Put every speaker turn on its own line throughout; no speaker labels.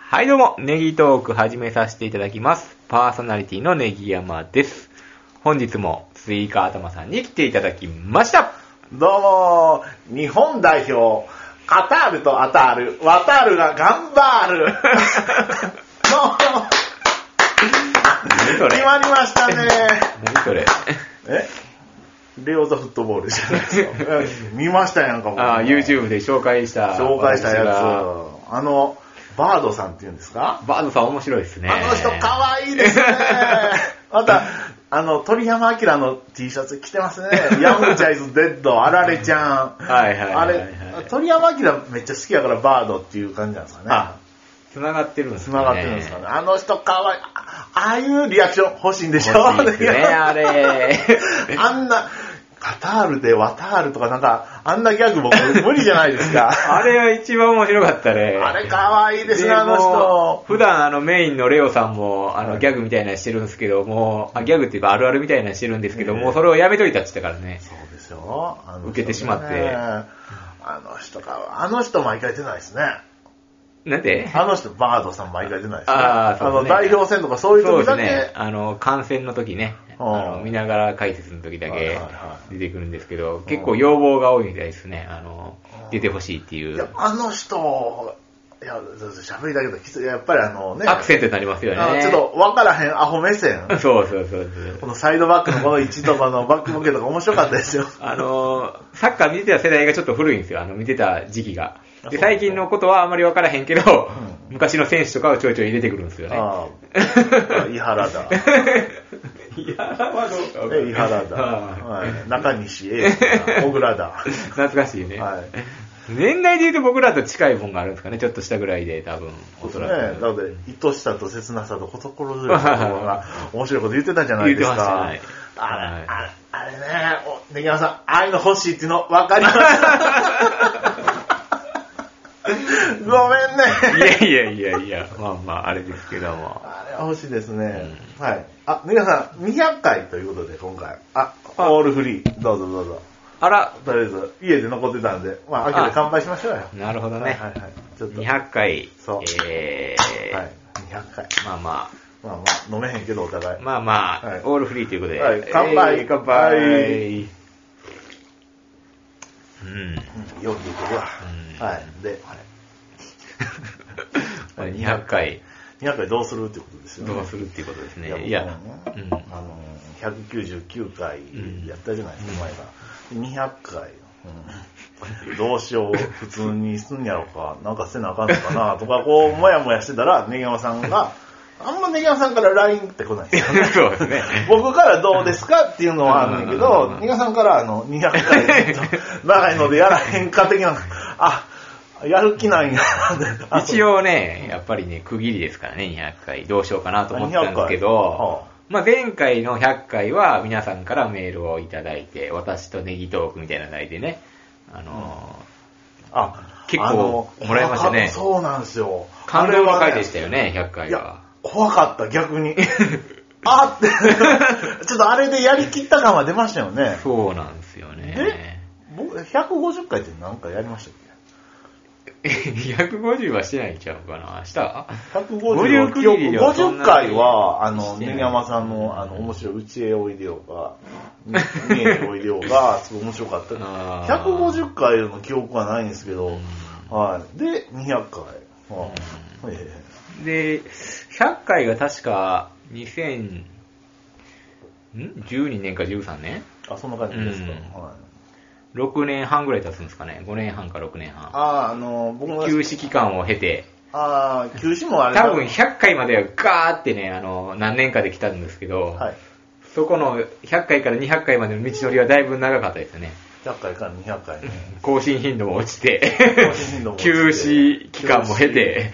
はいどうも、ネギトーク始めさせていただきます。パーソナリティのネギ山です。本日もスイカ頭さんに来ていただきました。
どうも、日本代表、カタールとアタール、ワタールが頑張 る。
何
ど
そう
も、
れ
決まりましたね。
何それ
えレオザフットボールじゃないですか。 うん見ましたやんか、僕
ああ、YouTube で紹介した。
紹介したや
私が
つ。あの、バードさんって言うんですか
バードさん面白いですね。
あの人かわいいですね。 また、あの、鳥山明の T シャツ着て ますね。ヤムチャイズデッド、あられちゃん。
はいはい
あ
はいはい
れ、鳥山明めっちゃ好きやからバードっていう感じなんですか
あ
ね。、
繋がってるんです
つ
かね。
ながってるんですかね。あの人かわいい。あああいうリアクション欲しいんでしょ
欲しいですねあれ
あんな、カタールでワタールとかなんか、あんなギャグ僕無理じゃないですか。
あれが一番面白かったね。
あれかわいいですね、
で
あの
も
人
う。普段あのメインのレオさんもあ
は
の
い
ギャグみたいなのしてるんですけど、もう、あギャグっていうかあるあるみたいなのしてるんですけど、
ね
もうそれをやめといたって言ったからね。
そうですよ。あの人ね
受けてしまって
あの人か、あの人毎回出ないですね。
なんで
あの人、バードさん毎回出ないですね。
あーそうです
の、
ね
代表戦とかそういう
そうです
時だけ。
ね。あの、観戦の時ね。あ
うん
の、見ながら解説の時だ
はいは
け
いは
出てくるんですけど、結構要望が多いみたいですね。あの
うん、
出てほしいってい
いや
う。、
あの人、いや、喋りだけどきつい、やっぱりあのね、
アクセントになりますよ
あの
ね。
ちょっと分からへんアホ目線。
そうそうそうそう
こ。のサイドバックのこの位置とかのバックボケとか面白かったですよ。
あのーサッカー見てた世代がちょっと古いんですよ、あの見てた時期が。
あそう
で、
ですね
最近のことはあまり分からへんけど、
う
昔の選手とかをちょいちょい入れてくるんですよね。
ああ、井原だ。ね
いや、はどうかわかんない
井原だ。
は
はい中西英樹だ。小 倉だ。
い懐かしいね、
はい
年代で言うと僕らと近いもんがあるんですかね、ちょっとしたぐらいで、多分、お
そうです
そ
ね。
らく。
なので、愛しさと切なさと心強いところが面白いこと言ってたじゃないです
言ってました
か
ね。
あれ
はい、
あれ、あれね、お、ネギ山さん、ああいうの欲しいっていうの分かりま した。ごめん
い
ね。
やいやいやいや、まあまあ、あれですけども。
あれは欲しいですね。はい。あ、ネギ山さん、200回ということで、今回。あ、オ
あ
ールフリー。どうぞどうぞ。
あら、
とりあえず、家で残ってたんで、まあ、開けて乾杯しましょうよ。
なるほど
はい
ね
は。いはい。ちょっと。はい。
200回
そう、
えー
200回。
まあまあ、
まあまあ、飲めへんけど、お互い。
まあまあ、
はい
オールフリーということで。
はい乾杯
えー乾
は
杯
い
うん。
うんよく出てるわ。
うん
はい。で、
これ200回
200回どうするってことですよね。
どうするっていうことですね。い
い
や
や、、
う
僕
ん
もね。あの、199回やったじゃないですか、前が。200回。うんどうしよう、普通にすんやろか、なんかせなあかんの かな、とか、こう、もやもやしてたら、ネギ山さんが、あんまネギ山さんから LINE って 来ないですよね。
そうです ね。
僕からどうですかっていうのはあるんだけ
うんうんうん
ど
うん、
ニガさんからあの200回 ちょっと長いのでやらへんか的な、あ、やる気ないんや。
一
応、
応ね、やっぱりね、区切りですからね、200回。どうしようかなと思ってたんですけ
200回は
ど、まあ、前回の100回は皆さんからメールをいただいて、私とネギトークみたいな題でね、あのー、
あ
結構
あの
もらいましたね
そうなんですよ。
感動の回でし
す
たよね、100回
いや
は。、
怖かった、逆 に。あって、 ちょっとあれでやりきった感は出ましたよ ね。
そうなんですよね。
僕、150回って何回やりましたっけ
150はしてないんちゃうかな明日
150
区切りではそんな
50回は、あの、
してない
根山さんの、あの、面白い、うちへおいでよ が、見えておいでよが、すごい面白かった。
あー
150回の記憶はないんですけど、
う
はい。で、200回。はい
うん
ええ
で、100回が確か2000、ん ?12 年か13年
あ、そんな感じですか。
うん
はい
?6 年半ぐらい経つんですかね ?5 年半か6年半。
あー、あの、僕も、
休止期間を経て、
あー、休止もあれだ
多分100回まではガーってね、あの、何年かで来たんですけど、
はい。
そこの100回から200回までの道のりはだいぶ長かったですよね。
100回から200回ね。
更新頻度も落ちて
更新頻度も、落ち て
休止期間も経 て、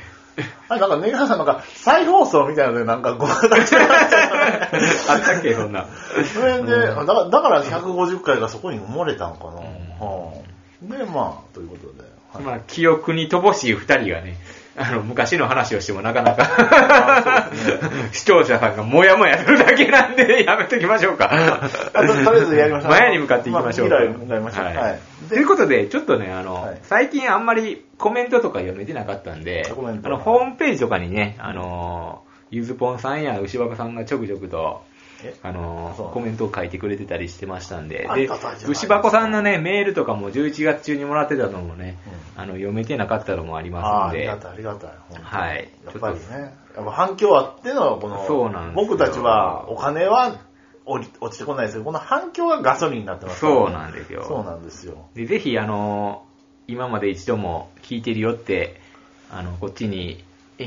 あれ、なんか、根山さんなんか、再放送みたいなので、なんか、ごまかしてもらっちゃったね
あったっけ、そん な。
それで、
う
だからだから150回がそこに埋もれたんかな。
ん
はあで、まあ、ということで。はい
まあ、記憶に乏しい二人がね、あの、昔の話をしてもなかな
あ
か、 視聴者さんがもやもやするだけなんで、やめときましょうか。
あととりあえずやりましょう
前に向かっていきましょう。
まあ未来に向かいましょう
はい
はい
ということで、ちょっとね、あの、
はい
最近あんまりコメントとか読めてなかったんで、
コメント
あの、ホームページとかにね、あの、ゆずぽんさんや牛若さんがちょくちょくと、
え
あの
そう
コメントを書いてくれてたりしてましたんで
あ、り
で
がたいじゃないですか
牛箱さんのね、メールとかも11月中にもらってたのもね、あの読めてなかったのもあり
あ
ま
あ
すん
り
で、
がたい、ありがたい。本当に
はい
やっぱりね。やっぱ反響あっての、この、
そうなんですよ
僕たちはお金は落り落ちてこないですけど、この反響がガソリンになってますからね
そうなんですよ。
そうなんですよ。
でぜひ、あの今まで一度も聞いてるよって、あの、こっちに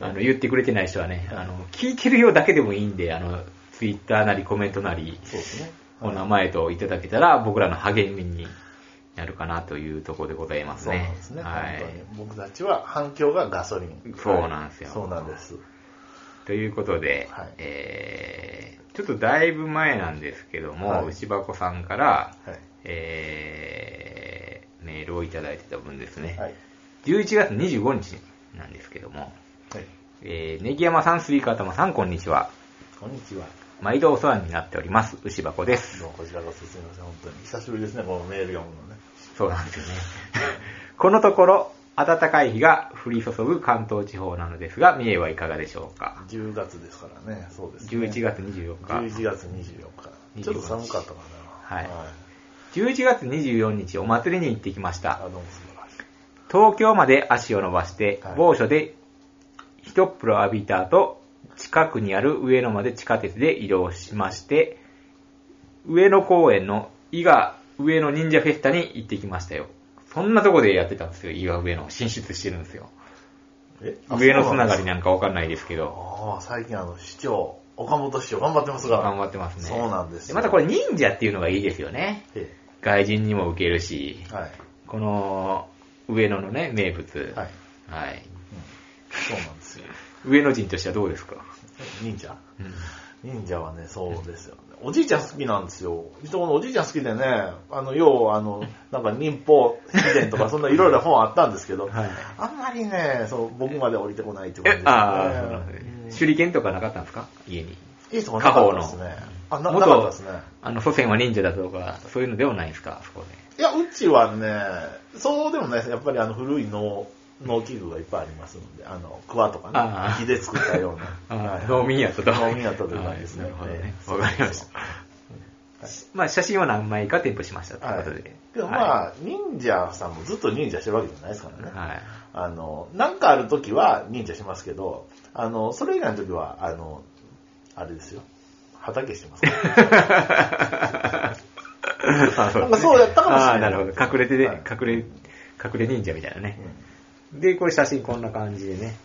あの言ってくれてない人はね、あの、聞いてるよだけでもいいんで、あの、ツイッターなりコメントなり、
そうですね。
お名前といただけたら、僕らの励みになるかなというところでございます
そう
ね。
なんですね。
はい
本。当に僕たちは反響がガソリン。
そうなんですよ
そうなんです。
ということで、
はい
えーちょっとだいぶ前なんですけども、
はい
牛箱さんから、
はい。
えーメールをいただいてた分ですね、
はい。
11月25日なんですけども、
はい。
えー、ネギ山さん、スイカ頭さん、こんにちは。
こんにちは。
毎度お世話になっております、牛箱です。
どうもこちらこそすみません、本当に。久しぶりですね、このメール読むのね。
そうなんですよね。 このところ、暖かい日が降り注ぐ関東地方なのですが、三重はいかがでしょうか。
10月ですからね、そうですね。
11月24日。
11月24日。ちょっと寒かったかな。
はい11月24日お祭りに行ってきまし
あ、ど
た
うも素晴らしい。
東京まで足を伸ばして
はい
某所で一風呂浴びた後近くにある上野まで地下鉄で移動しまして上野公園の伊賀上野忍者フェスタに行ってきましたよそんなとこでやってたんですよ伊賀上野進出してるんですよ
え
上野つながり
ね。
なんかわかんないですけど
ああ、最近あの、市長、岡本市長頑張ってますから。
頑張ってますね
そうなんです
で
よ。
またこ
れ。
れ忍者っていうのがいいですよね外人にも受けるし
はい。
この上野のね名物
はい。
はい。
うんそうなんですよ。
上野人としてはどうですか、
忍者忍者はね、そうですよ。 おじいちゃん好きなんですよ。いとこのおじいちゃん好きでね、あの、要はあ の、なんか忍法秘伝とか、そんないろいろ本あったんですけど、
はい
あんまりね、そう、僕まで降りてこないって感
え
じで、す
ああ、そうなんです
ね
ね
うん
手裏剣とかなかったんですか家に。
いいとこなかったですね。あ、ななかったですね。
あの、祖先は忍者だとか、そういうのではないですか、そこ
いや、うちはね、そうでもないです。やっぱりあの古い農、農機具がいっぱいありますので、あの、桑とか
ああ
ね、木で作ったよう
で。
な。
あ
は
あ
い
農民やったと。
農民やったという感じですね
はいなるほどね
え。え
わかりました。まあ、写真は何枚か添付しましたということで。
でも
は
まあ、忍者さんもずっと忍者してるわけじゃないですから
い、
ね。
はい。
あの、なんかある時は忍者しますけど、あの、それ以外の時は、あの、あれですよ。畑してますから。 なんかそうやったかもしれな
あ
い
あ、なるほど。隠れてで、
はい
隠れ、隠れ忍者みたいなね。で、これ写真こんな感じでね。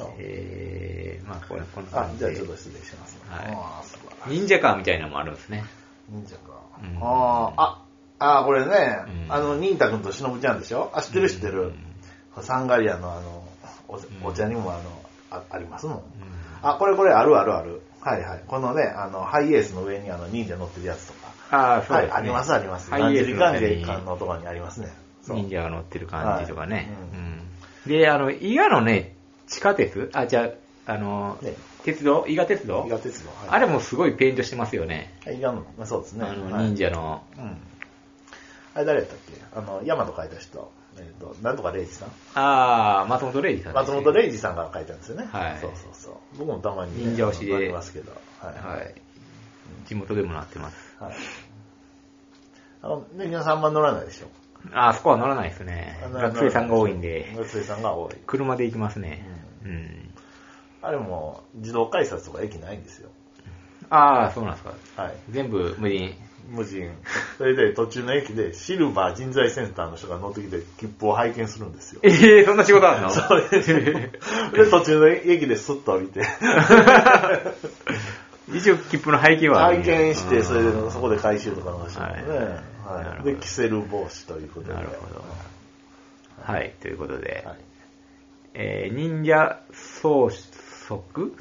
うん
えー、まあ、これ、こんな
あ
感、じ
じ
で。
ゃあちょっと失礼しますね。
はい
ああ、素晴らしい。
忍者カーみたいなのもあるんですね。
忍者か。
うん
あーあ、ああ、これね、
うん
あの、忍太くんと忍ちゃんでしょあ、知ってる知ってる。サンガリアのあの、おお茶にもあの、あありますもん。あ、これこれ、あるあるある。はいはい。このね、あの、ハイエースの上にあの、忍者乗ってるやつとか。
ああ、そう
は
で
い、
すね。
ありますあります。
ハイエースの
何
上
時
に
間のとこにありますね。そう
忍者が乗ってる感じとかね。
はい
うんで、あの、伊賀のね、地下鉄あ、じゃあ、あの、
ね
鉄道伊賀鉄道
伊賀鉄道。はい
あれもすごいペイントしてますよね。
伊賀の、まあそうですね。
あの、
はい
忍者の。
うん。あれ誰やったっけあの、ヤマト書いた人。えっと、なんとかレイジさん
ああ、松本零士さんです
松
ね、
本零士さんが書いたんですよね。
はい
そうそうそう。僕もたまに、
忍者推しで
ありますけど。はい。は。
はいい。地元でもなってます。
あの、ね、皆さんあんま乗らないでしょ。
ああ、そこは乗らないですね。
あの
学生さんが多いんで、
学生さんが多い。
車で行きますね。うん。
あれも、自動改札とか駅ないんですよ。
ああ、そうなんですか。
はい。
全部無人。
無人。それで途中の駅でシルバー人材センターの人が乗ってきて切符を拝見するんですよ。
ええそんな仕事ある の
そうですよで、途中の駅でスッと降りて、
一応切符の背景はある
拝
んや
見して、それ
う
で
ん
そこで回収とかの人もね。
はいなるほ
はい。
ど
で、キセル防止ということで。
なるほどはい、ということで、
はい。
えー、忍者総則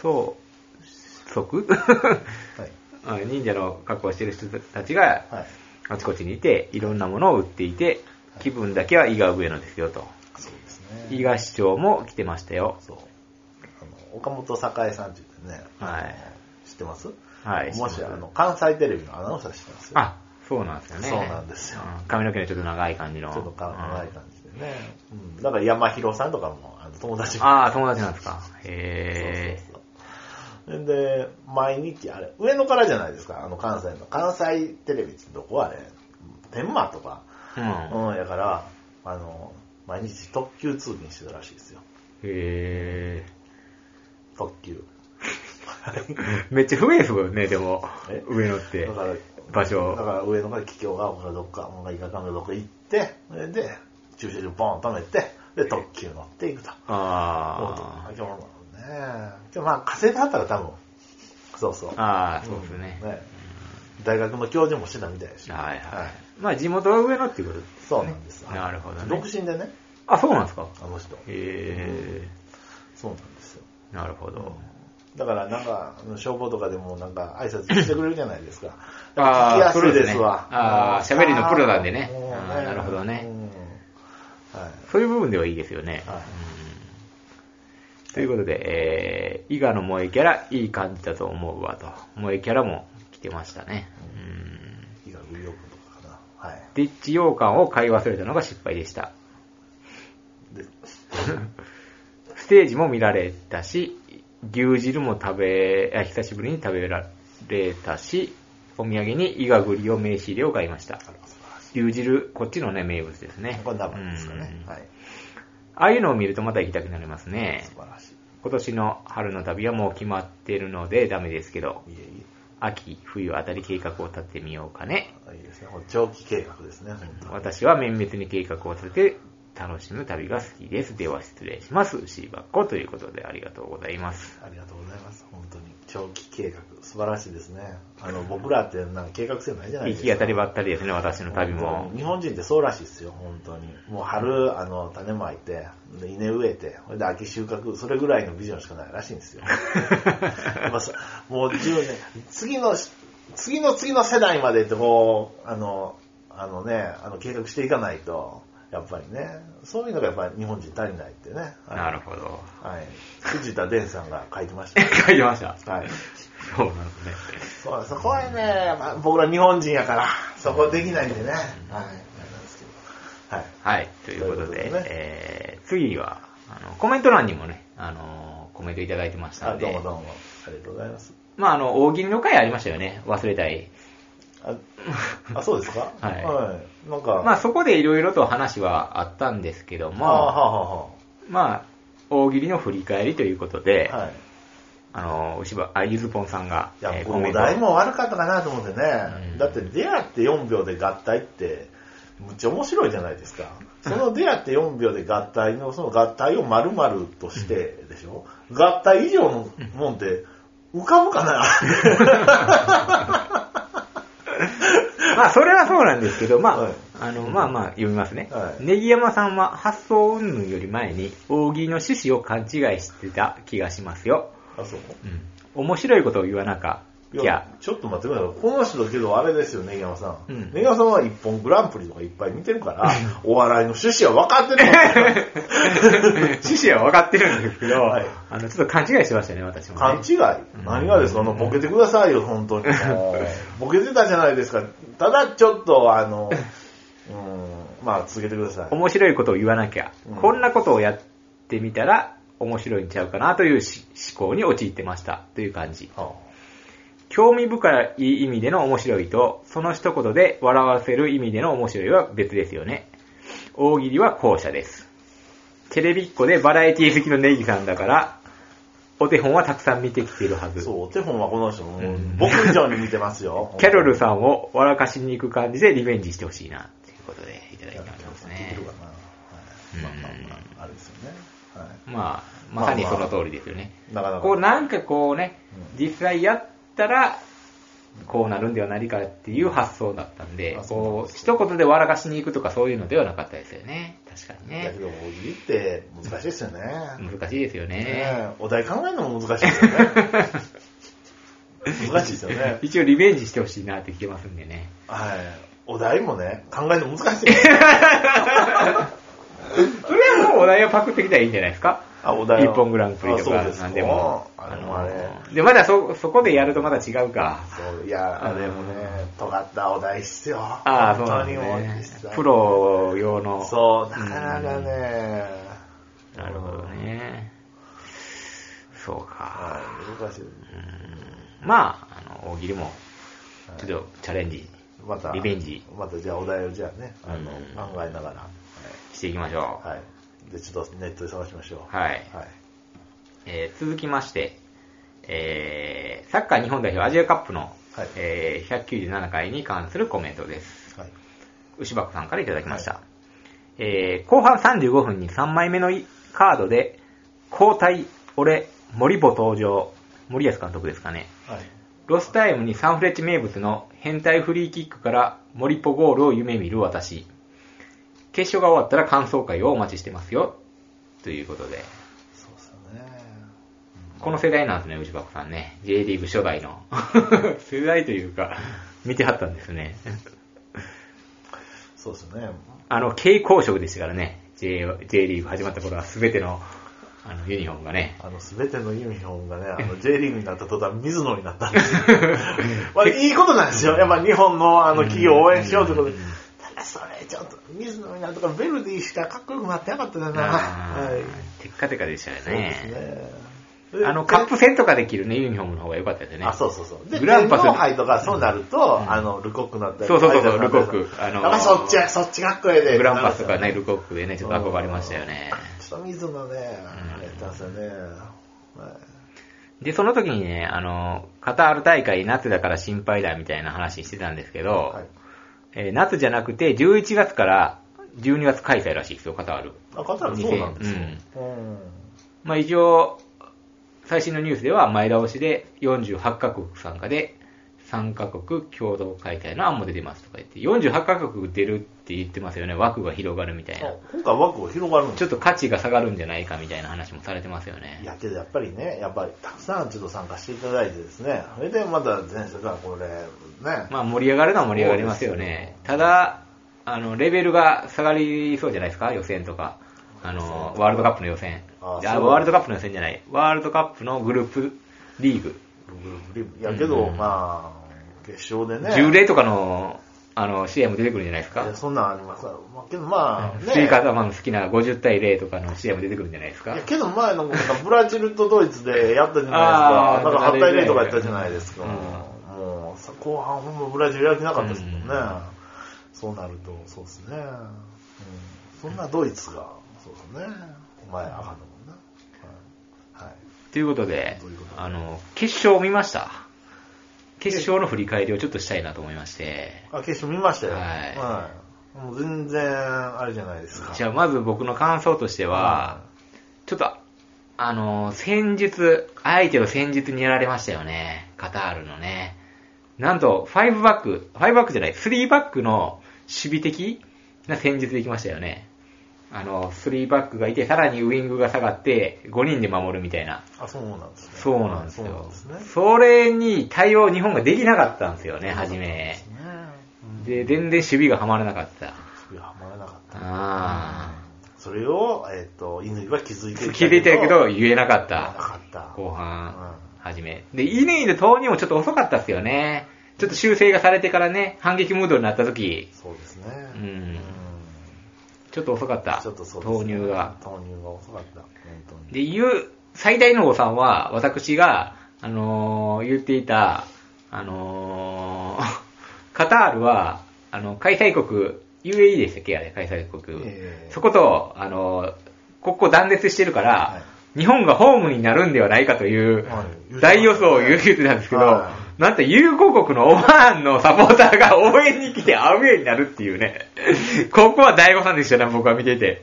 総 則
はい。
あ忍者の格好をしてる人たちが
はい。
あちこちにいて、いろんなものを売っていて、気分だけは伊賀上野ですよと。
そうですね。
伊賀市長も来てましたよ。
そう。あの、岡本栄さんって言ってね、
はい
知ってます
はい
もし、
知って
あ
ます
の、関西テレビのアナウンサーしてますよ。
あ、そうなんですよね。
そうなんですよ
うん髪の毛のちょっと長い感じの。
ちょっと考えたんですよね。うん。だから山広さんとかも、あの友達
うん
が
ああ、友達なんですか。へ
そうそうそう。で、毎日、あれ、上野からじゃないですか、あの関西の。関西テレビってどこあれ天満とか。
え。うん。
うん、やから、あの、毎日特急通勤してたらしいですよ。
へ
特 急。
え。めっちゃ不明不ね、でも
え、
上野って
だ。から、
場所
だから上野から桔梗が、僕がどっか、僕が伊賀間がどっか行って、それで、駐車場ボーン止めて、で、特急乗っていくと。
あ
今日もね、でもまあ、稼いだったら多分、そうそう。
あ。ああ、そうですね。
ね大学の教授もしてたみたいでし。
はいは。
はい
まあ地元は上野っていうことです
そうなんです。
なるほどね
独身でね、
あ、そうなんですか。
あの人。
へ
そうなんですよ。
え。なるほど。
だから、なんか、あの消防とかでも、なんか、挨拶してくれるじゃないですか。
あー
聞きやすいです
そ
わ。
うですねあー喋りのプロなんでね
もう
あーなるほどね
うんはい。
そういう部分ではいいですよね。
はい
うんということで、えー、伊賀の萌えキャラ、いい感じだと思うわと。萌えキャラも来てましたね。うん。
医学医療とかかな。はい。
デッチ羊羹を買い忘れたのが失敗でした。
で、
ステージも見られたし、牛汁も食べ、あ久しぶりに食べられたし、お土産に伊賀栗を名刺入れを買いました。
あら素晴らし
牛汁、こっちのね、名物ですね
い。。これ生ですかね
う。ん
は
あ
い。
あいうのを見るとまた行きたくなりますね。
素晴らしい。
今年の春の旅はもう決まってるのでダメですけど、
いえい
秋、冬あたり計画を立てみようかね。
え。いいですね。これ長期計画ですね、本当に
私は綿密に計画を立てて楽しむ旅が好きです。では失礼します。シーバッコということでありがとうございます。
ありがとうございます。本当に。長期計画、素晴らしいですね。あの、僕らってなんか計画性ないじゃない
行
ですか。
き当たりばったりですね、私の旅も。
日本人ってそうらしいですよ、本当に。もう春、あの、種まいて、で稲植えて、それで秋収穫、それぐらいのビジョンしかないらしいんですよ。まあそもう10年、次の、次の次の世代までってこう、あの、あのね、あの計画していかないと、やっぱりね、そういうのがやっぱり日本人足りないってね。
なるほど。
はい。藤田伝さんが書いてましたよ。
書いてました。
はい。
そうなんですね。
そうそこはね、まあ、僕ら日本人やから、そこできないんでね。はい。あれなんですけど。はい。
はい、ということ
とい
で、
うことでね
えー、次はあの、コメント欄にもね、あの、コメントいただいてました
あ
の
どうも
で
ど、うも。ありがとうございます。
まあ、あの、大喜利の回ありましたよね。忘れたい。
あ、 あそうですか
はい
いなんか、
まあそこでいろいろと話はあったんですけど
あは
も、
あはあは
まあ、大喜利の振り返りということで、
あはい。
あの、牛ば、あ、ゆずぽんさんが、
いや、
えー
このお題
を
も悪かったかなと思ってね
う。ん
だって、出会って4秒で合体って、むっちゃ面白いじゃないですか。その出会って4秒で合体の、その合体を丸々としてでしょ。合体以上のもんって、浮かぶかな
まあそれはそうなんですけど、まあ、
はい
あの、まあまあ読みますね。
はい
ネギ山さんは発想云々より前に、大喜利の趣旨を勘違いしてた気がしますよ。
あ、そう。
うん。面白いことを言わなか、
い
き
や、
ゃ、
ちょっと待ってください。この人けどあれですよね、根山さ
う
ん。
ん
根山さんは一本グランプリとかいっぱい見てるから、お笑いの趣旨は分かってるの
趣旨は分かってるんですけど、
はい
あの、ちょっと勘違いしてましたね、私もね。
勘違い。何がですか、あの、ボケてくださいよ、本当に。もうボケてたじゃないですか。ただ、ちょっと、あの、うん、まあ、続けてください。
面白いことを言わなきゃ、
うん
こんなことをやってみたら面白いんちゃうかなというし思考に陥ってましたという感じ。
は
興味深い意味での面白いと、その一言で笑わせる意味での面白いは別ですよね。大喜利は後者です。テレビっ子でバラエティ好きのネギさんだから、お手本はたくさん見てきているは
あ
ず。
そう、お手本はこの人、もう
うん
僕以上に見てま
。
すよ
キャロルさんを笑かしに行く感じでリベンジしてほしいな、ということでいただいております
聞いて
ね
る。かな。はい、まあまあまあ、あれですよね。はい
まあ、まさにその通りですよね。
なかなか。
こうなんかこうね、
う
実際やったら、こうなるんではないかっていう発想だったんで、
あそうなん
こう、
です
一言で笑かしに行くとかそういうのではなかったですよね。確かに
だ
ね
け。ど、大喜利って難しいですよね。
難しいですよ
ね
ね。
えお題考えるのも難しいです よね。難しいですよね。
一応リベンジしてほしいなって来てますんでね。
はい。お題もね、考えるの難しい。
それはもうお題をパクってきたらいいんじゃないですか
あ、お
一
を
本グランプリと
あ
か
そうす
なんでも。
あれもあれ。
ので、まだそ、そこでやるとまだ違うか。
そういや、あれもね、尖ったお題っすよ。
ああ、そう
本
な
当
んで
に
す
もう
ね
実。際
プ。ロ用の。
そう、なかなかね。
なるほどね。そうか。
はい。難しい。
まあ、あの、大喜利も、ちょっとチャレンジ
また、
リベンジ
またじゃあお題をじゃあね、あの
うん、
考えながら。
していきましょう。
はい。で、ちょっとネットで探しましょう。
はい。
はい。
えー続きまして、えーサッカー日本代表アジアカップの、
はい
えー197回に関するコメントです。
はい。
牛箱さんからいただきました。
は
えー後半35分に3枚目のカードで、交代、俺、森保登場、森保監督ですかね。
はい。
ロスタイムにサンフレッチェ名物の変態フリーキックから森ポゴールを夢見る私。決勝が終わったら感想会をお待ちしてますよ。ということで。
そうっすよね。
この世代なんですね、内箱さんね。J リーグ初代の。 世代というか、見てはったんですね。
そうっすよね。
あの、蛍光色でしたからね。J, J リーグ始まった頃は全てのあのユニフォームがね。
あの、すべてのユニフォームがね、あの、J リーグになった途端、水野になったんですよ。 まあ、いいことなんですよ。やっぱ日本のあの、企業を応援しようということで
うん。
ただそれ、ちょっと、水野になったとか、ベルディしかかっこよくなってなかったな。
あ
は
ー
い。
テッカテカでしたよ
そうです
ね。
ね。
あの、カップ
で
戦とかできるね、ユニフォームの方が良かったですよね。
あ、そうそうそう。で、
グ
グ
ラ
ラ
ン
ン
パ
パ
ス
ス。杯とか、そうなると、あの、ルコックになったり
そうそうそうそう
アイザックになったり
ルコックあのー
やっぱそっち、そっちかっこええで。
グランパスとかね、ルコックでね、ちょっと憧れましたよね。
ちょっと水野ね、あれやったんですよね。はい
で、その時にね、あの、カタール大会夏だから心配だみたいな話してたんですけど、
はい。
えー夏じゃなくて、11月から12月開催らしいですよ、カタール。
あ、カタールそうなんですよ。うん。
まあ一応、最新のニュースでは前倒しで48カ国参加で、3カ国共同開催の案も出てますとか言って、48カ国出るって言ってますよね、枠が広がるみたいな
あ。今回枠が広がるんです
ちょっと価値が下がるんじゃないかみたいな話もされてますよね
い。やけどやっぱりね、やっぱりたくさんちょっと参加していただいてですね、それでまた全世界これ、ね、
まあ盛り上がるのは盛り上がりますよね。ただ、あの、レベルが下がりそうじゃないですか、予選とか。あの、ワールドカップの予選。
あ
いや
そう
ワールドカップの予選じゃない。ワールドカップのグループリーグ。
いやけ
う
ど、
ん
まあ、決勝でね、
10例とかの、あの、試合も出てくるんじゃないです
いや
か。
そんなんありますからまあ、けどまあ、
スピー
ね、
カーマンの好きな50対0とかの試合も出てくるんじゃないです
い
か
や。けど前のなんかブラジルとドイツでやったじゃ
あー
ないですか、なんか8対0とか
やっ
やった
じ
たじ
ゃ
ゃ
な
ないい
で
ですす
か
か、もうさ後半、ほんまブラジルやってなかったですもんね、
うん
そうなると、そうですね、うん、そんなドイツが、そうですね、お前、あかんのもんな。はいはい
ということで
どういうこと、
あの、決勝を見ました。決勝の振り返りをちょっとしたいなと思いまして。
あ、決勝見ましたよ。
は
はいい。もう全然、あれじゃないですか。
じゃあまず僕の感想としては、ちょっと、あの、戦術、相手の戦術にやられましたよね。カタールのね。なんと、5バック、5バックじゃない、3バックの守備的な戦術できましたよね。あの、3バックがいて、さらにウイングが下がって、5人で守るみたいな。
あ、そうなんですね。
そうなんです
そう
よ。
な
そ
ですね。
れに対応日本ができなかったんですよね、初め。で、
で、
全然守備がはまらなかった。
いや、はまらなかっ
ああ。
た。それを、えっ、と、乾は気づいていた
聞いていたけど、
言
言えなかっ
わな
た。
かった。
後半、
うん
初め。で、イネイの投入もちょっと遅かったっすよね。ちょっと修正がされてからね、反撃ムードになった時、
そうですね。
うんちょっと遅かった。
ちょっとそうですね
投入が。
投入が遅かった。本当に。
で、言う、最大の誤算は、私が、あのー言っていた、あのー カタールは、あの、開催国、UAE でしたっけあれ、開催国。
ええ
そこと、あのーここ断絶してるから、
は
日本がホームになるんではないかという
はい
大予想を言う言ってたんですけど、
は
なんと友好国のオマーンのサポーターが応援に来てアウェーになるっていうね。 ここは大誤算でしたね、僕は見ていて。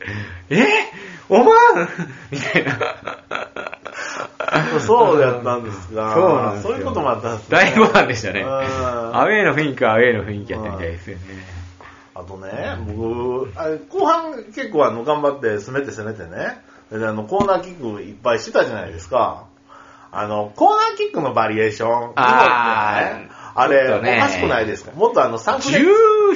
えオマーン みたいな。
そうやったんです が、
そうなんですよ
そういうこともあったんですね。
大誤算でしたね。
うん
アウェーの雰囲気はアウェーの雰囲気やったみたいですよね。
あとね、僕、あれ後半結構あの頑張って攻めて攻めてね、であのコーナーキックいっぱいしてたじゃないですか。あの、コーナーキックのバリエーション。
あー
日本ってねあ
ちょっ
れ、
とね
おかしくないですかもっとあの、サンフレッ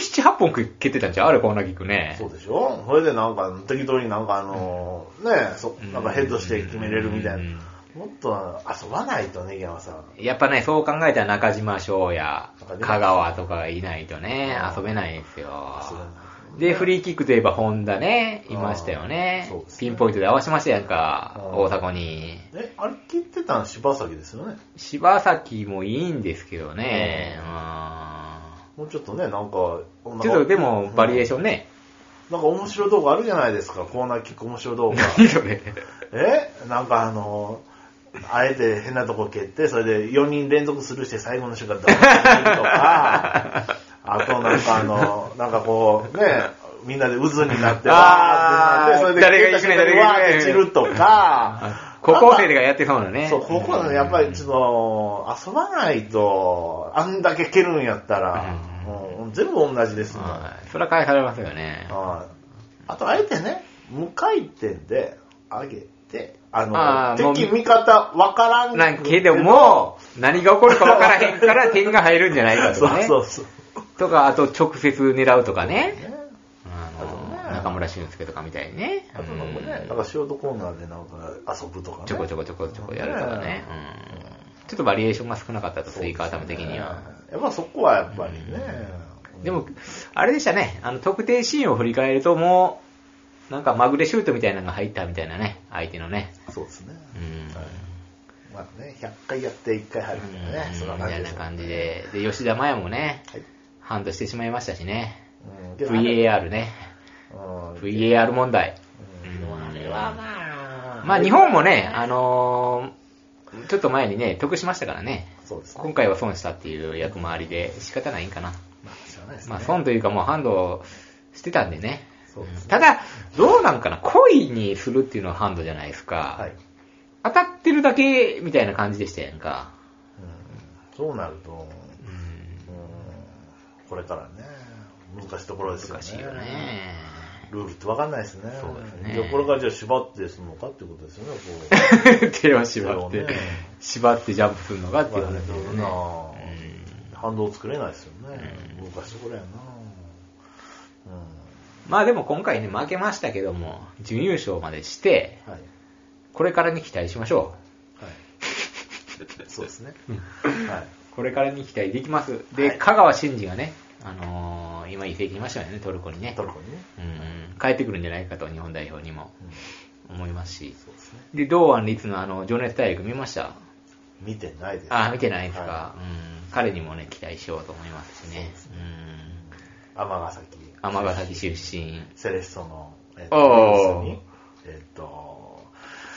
チ
10 7、8本蹴ってたんちゃうあれ、こんな菊ね。
そうでしょそれでなんか適当になんかあのねそなんかヘッドして決めれるみたい
うん
な。もっと遊ばないとね、ギャマさん。
やっぱね、そう考えたら中島翔や
中島翔
香川とかがいないとね、遊べないんですよ。で、フ
リー。
リーキックといえば本田ね、いましたよ
あ
ね
ーそうです。ね
ピンポイントで合わせましたやんか、
うん
大迫に。
え、あれ切ってたの柴崎ですよね。
柴崎もいいんですけどね。
う
う
もうちょっとね、なんか、
んちょっとでも、バリエーシ
ョン。
ョンね。
なんか面白い動画あるじゃないですか、コーナーキック面白 い動画。
何それ。
えなんかあのあえて変なとこ蹴って、それで4人連続するして最後の瞬間ドーンって蹴るとか、あとなんかあの、なんかこう、ね、みんなで渦になって、わーってなって、それで
誰がいじめ誰がいじめ
わーって散るとか、
高校生がやってそうなね。
そう、ここはね、やっぱりちょっと、遊ばないと、あんだけ蹴るんやったら、うん全部同じですもん。
はいそれは返されますよね。
はいあと、あえてね、無回転で上げて、あの、
あーもう
敵味方わからん
なんけど、も、何が起こるか分からへんから点が入るんじゃないかと
そ
か
う
ね。
そうそう。
とか、あと直接狙うとかね。
ね
あ
あとね
の、中村俊介とかみたいにね。
あとなんかね、
うん
なんかショートコーナーでなんか遊ぶとかね。
ちょこちょこちょこちょこやるとかね。うんちょっとバリエーションが少なかったと、追加頭的には。
やっぱそこはやっぱりね。
でも、あれでしたね、あの、特定シーンを振り返ると、もう、なんかまぐれシュートみたいなのが入ったみたいなね、相手のね。
そうですね。
うん
はいまあね、100回やって1回入るみたいなね、そんな
み
感
た
じ
い
で
な
すよね
感じ。で。で、吉田麻也もね、
はい
ハンドしてしまいましたしね。
うんけどあれ
VAR ね。
うん
VAR 問題。
うんでもあれはまあ、
まあ日本もね、あのーちょっと前にね、得しましたからね。
そうですね。
今回は損したっていう役回りで仕方ないんかな。
まあ、しょうがないですね。
まあ損というかもうハンドしてたんでね。
そうですね。
ただ、どうなんかな、恋にするっていうのはハンドじゃないですか。
はい。
当たってるだけみたいな感じでしたやんか。
うんそうなると、
うん、
うんこれからね、難しいところですよね。
難しいよね。
ルールって分かんないですね。
そうですね
じゃあこれからじゃあ縛ってするのかってことですよね、
手を縛っ
そ
て、
うね
縛ってジャンプするのがっ
こ。
ていうう話
ね
ですよね。
な
うん
反動作れないですよね。難しいところやな
まあでも今回ね、負けましたけども、準優勝までして、
うん。はい。
これからに期待しましょ
はい。そうです ね。
う。
はい。
これからに期待できます。で、
はい
香川真司がね、あのー今移籍しましたよね、トルコにね
ト。ルコにね。
うん、帰ってくるんじゃないかと、日本代表にも
うん
思いますし。
そうですね。
で、堂安律のあの、情熱大陸見ました
見てないです。
あー、見てないですか、
は
うん。彼にもね、期待しようと思いますしね。
尼崎。
うん。尼崎出身、
セレッソの、えっ
おー
に、えっ、と、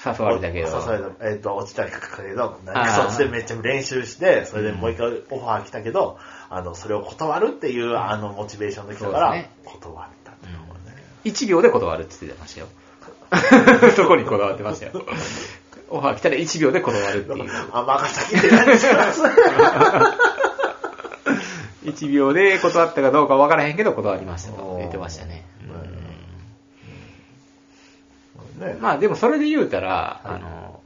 誘われたけど。
誘われたえっ、と、落ちたけど、なん
あ
か
ー
そっちでめっちゃ練習して、それでもう一回オファー来たけど、あの、それを断るっていう、あの、モチベーションの人
そ
か
う
ら
ですね、
断ったっていうのがね。
1秒で断るって言ってました よ。そこにこだわってましたよ。オファー来たら1秒で断るっていう。
あ、マガサキって何します
1秒で断ったかどうか分からへんけど断りましたと
おー
言ってましたね。
ね
うん、まあでもそれで言うたら、
はい
あの、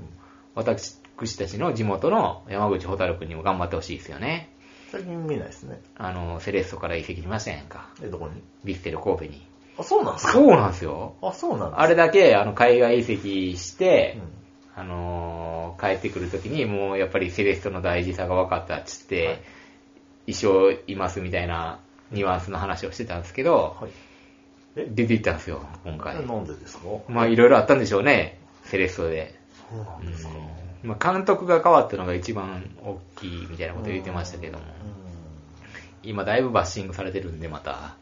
私たちの地元の山口蛍君にも頑張ってほしいですよね。
最近見ないですね。
あの、セレッソから移籍しましたやんか。
え、どこに
ビッセル神戸に。
あ、そうなんですか
そうなんですよ。
あ、そうなんですか
あれだけ、あの、海外移籍して
うん、
あのー帰ってくるときに、もうやっぱりセレストの大事さが分かったっつって、
はい
一生いますみたいなニュアンスの話をしてたんですけど、
はい。
出て行ったんですよ、今回。
飲んでですか
まあいろいろあったんでしょうね、セレストで。
そうなんですか。う
まあ監督が変わったのが一番大きいみたいなこと言ってましたけども、
ん
今だいぶバッシングされてるんでまた。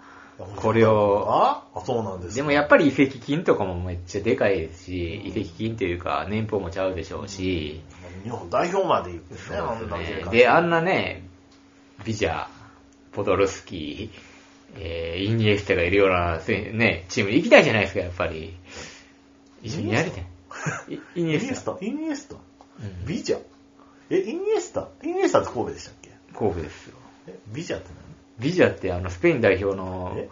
これを
ああ、そうなんですか
でもやっぱり移籍金とかもめっちゃでかいですし、移籍金というか年俸もちゃうでしょうし、
日本代表まで言ってね、あ
そうんで
だ
すね
け。
で、あんなね、ビジャー、ポドルスキー、えーイニエスタがいるようなせ、ね、チームに行きたいじゃないですか、やっぱり。一緒にやりたい。イイ
イ
ニ
ニエ
エスタ。
スタ、イニエスタ、
うん
ビジャ。え、イニエスタ、イニエスタって神戸でしたっけ
神戸ですよ。
え、ビジャって
ビジャーってあの、スペイン代表の
何え、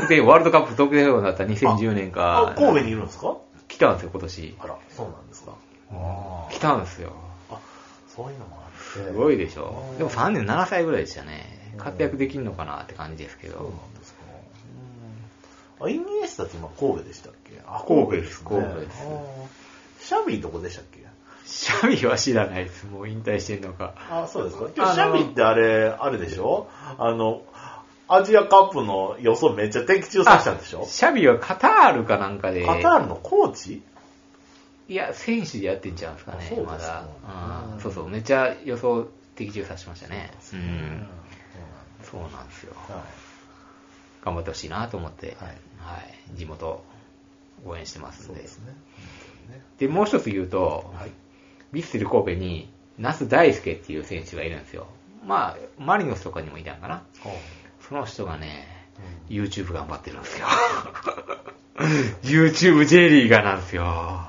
特定、ワールドカップ特定表になった2010年か、
あ、神戸にいるんですか
来たんですよ、今年。
あら、そうなんですか。
来たんですよ。
あ、そういうのもあって。
すごいでしょ
う。ん
でも37歳ぐらいでしたね。活躍できるのかなって感じですけ
そう
ど。
なんですか。あ、イニエスタって今神戸でしたっけあ
神戸です神戸です
あーシャビーどこでしたっけ
シャミは知らないです。もう引退してんのか。
あ、そうですか。今
あ
日
の
シャビーってあれ、あれでしょあの、アジアカップの予想めっちゃ的中させたんでしょ
シャビはカタールかなんかで。
カタールのコーチ
いや、選手でやってんちゃうんですか
あ
ね
そうで、すか
まだ
う。ん
うんそうそう、めっちゃ予想的中させましたね。う。
うん
そうなんですよ。
は
頑張ってほしいなと思って、
はい
はい。地元、応援してま
い。
す
そ
ん
う
で。
ですね。
で、もう一つ言うと、
はい。
ヴィッセル神戸に、那須大輔っていう選手がいるんですよ。まあ、マリノスとかにもいたんかな。その人がね、YouTube 頑張ってるんですよ。YouTube J リーガーなんですよ。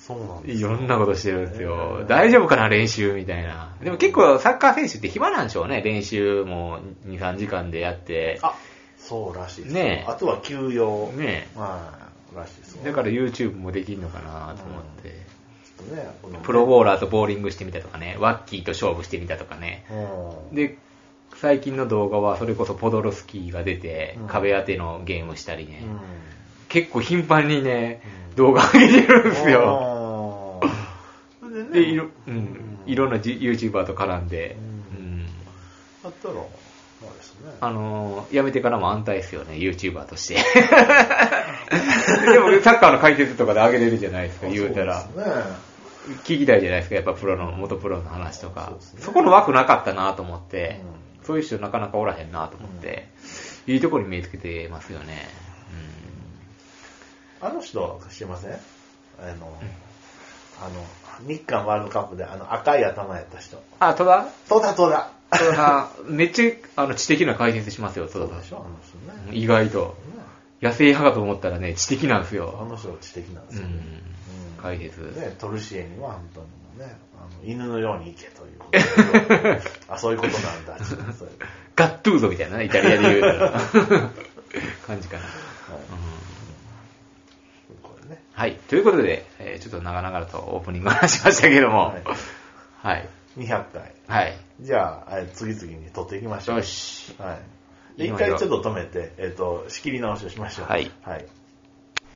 そうなんです
い
よ
ろんなことしてるんです
へ
よ
ー。
大丈夫かな、練習みたいな。でも結構サッカー選手って暇なんでしょうね。練習も2、3時間でやって。
あ、そうらしいです
ねえ
あとは休養。
ね
はい。らしいです
だから YouTube もできるのかなと思って。
ちょっとね、この
プロボーラーとボーリングしてみたとかね。ワッキーと勝負してみたとかね。
うん
で、最近の動画はそれこそポドロスキーが出て
うん、
壁当てのゲームしたりね。
うん
結構頻繁にね
うん、
動画上げてるんですよ。
あーそれで
で、
ね、
いろ、う
うん
ん、いろんな YouTuber と絡んで、
う
うんん。
あったら、あれですね。
あのー、辞めてからも安泰ですよね、YouTuber と して。でも、サッカーの解説とかで上げれるじゃないですか、言うたら
そ。ですね。
聞きたいじゃないですか、やっぱプロの、元プロの話とか
そうです。ね
そこの枠なかったなと思って、
う
そういう人なかなかおらへんなと思って、いいとこに目つけてますよね。
あの人は知りませんあの、あの、日韓ワールドカップであの赤い頭やった人。
うん。あ、戸田
戸田戸田。
戸田さん、 めっちゃあの知的な解説しますよ、戸田さ
ょあの人
んうん。
ね。
意外と。
ね
野生派かと思ったらね、知的なんです
あ
よ。
の人は知的なんで
う
すよね。
ん。
うん
解説。
ね、トルシエには本当にもね、あの犬のように行けということであ、そういうことなんだ、ちょっとそれ
ガットゥーゾみたいなね、イタリアで言うよう な感じかな、
はい
うん
これね。
はい。ということで、えーちょっと長々とオープニングの話しましたけども、
は
はいい。はい。
200回。じゃあ、えー次々に取っていきましょう。
よし。
はい。で
いき
一
ましょう
回ちょっと止めて、えっ、と、仕切り直しをしましょう。
はい
はい。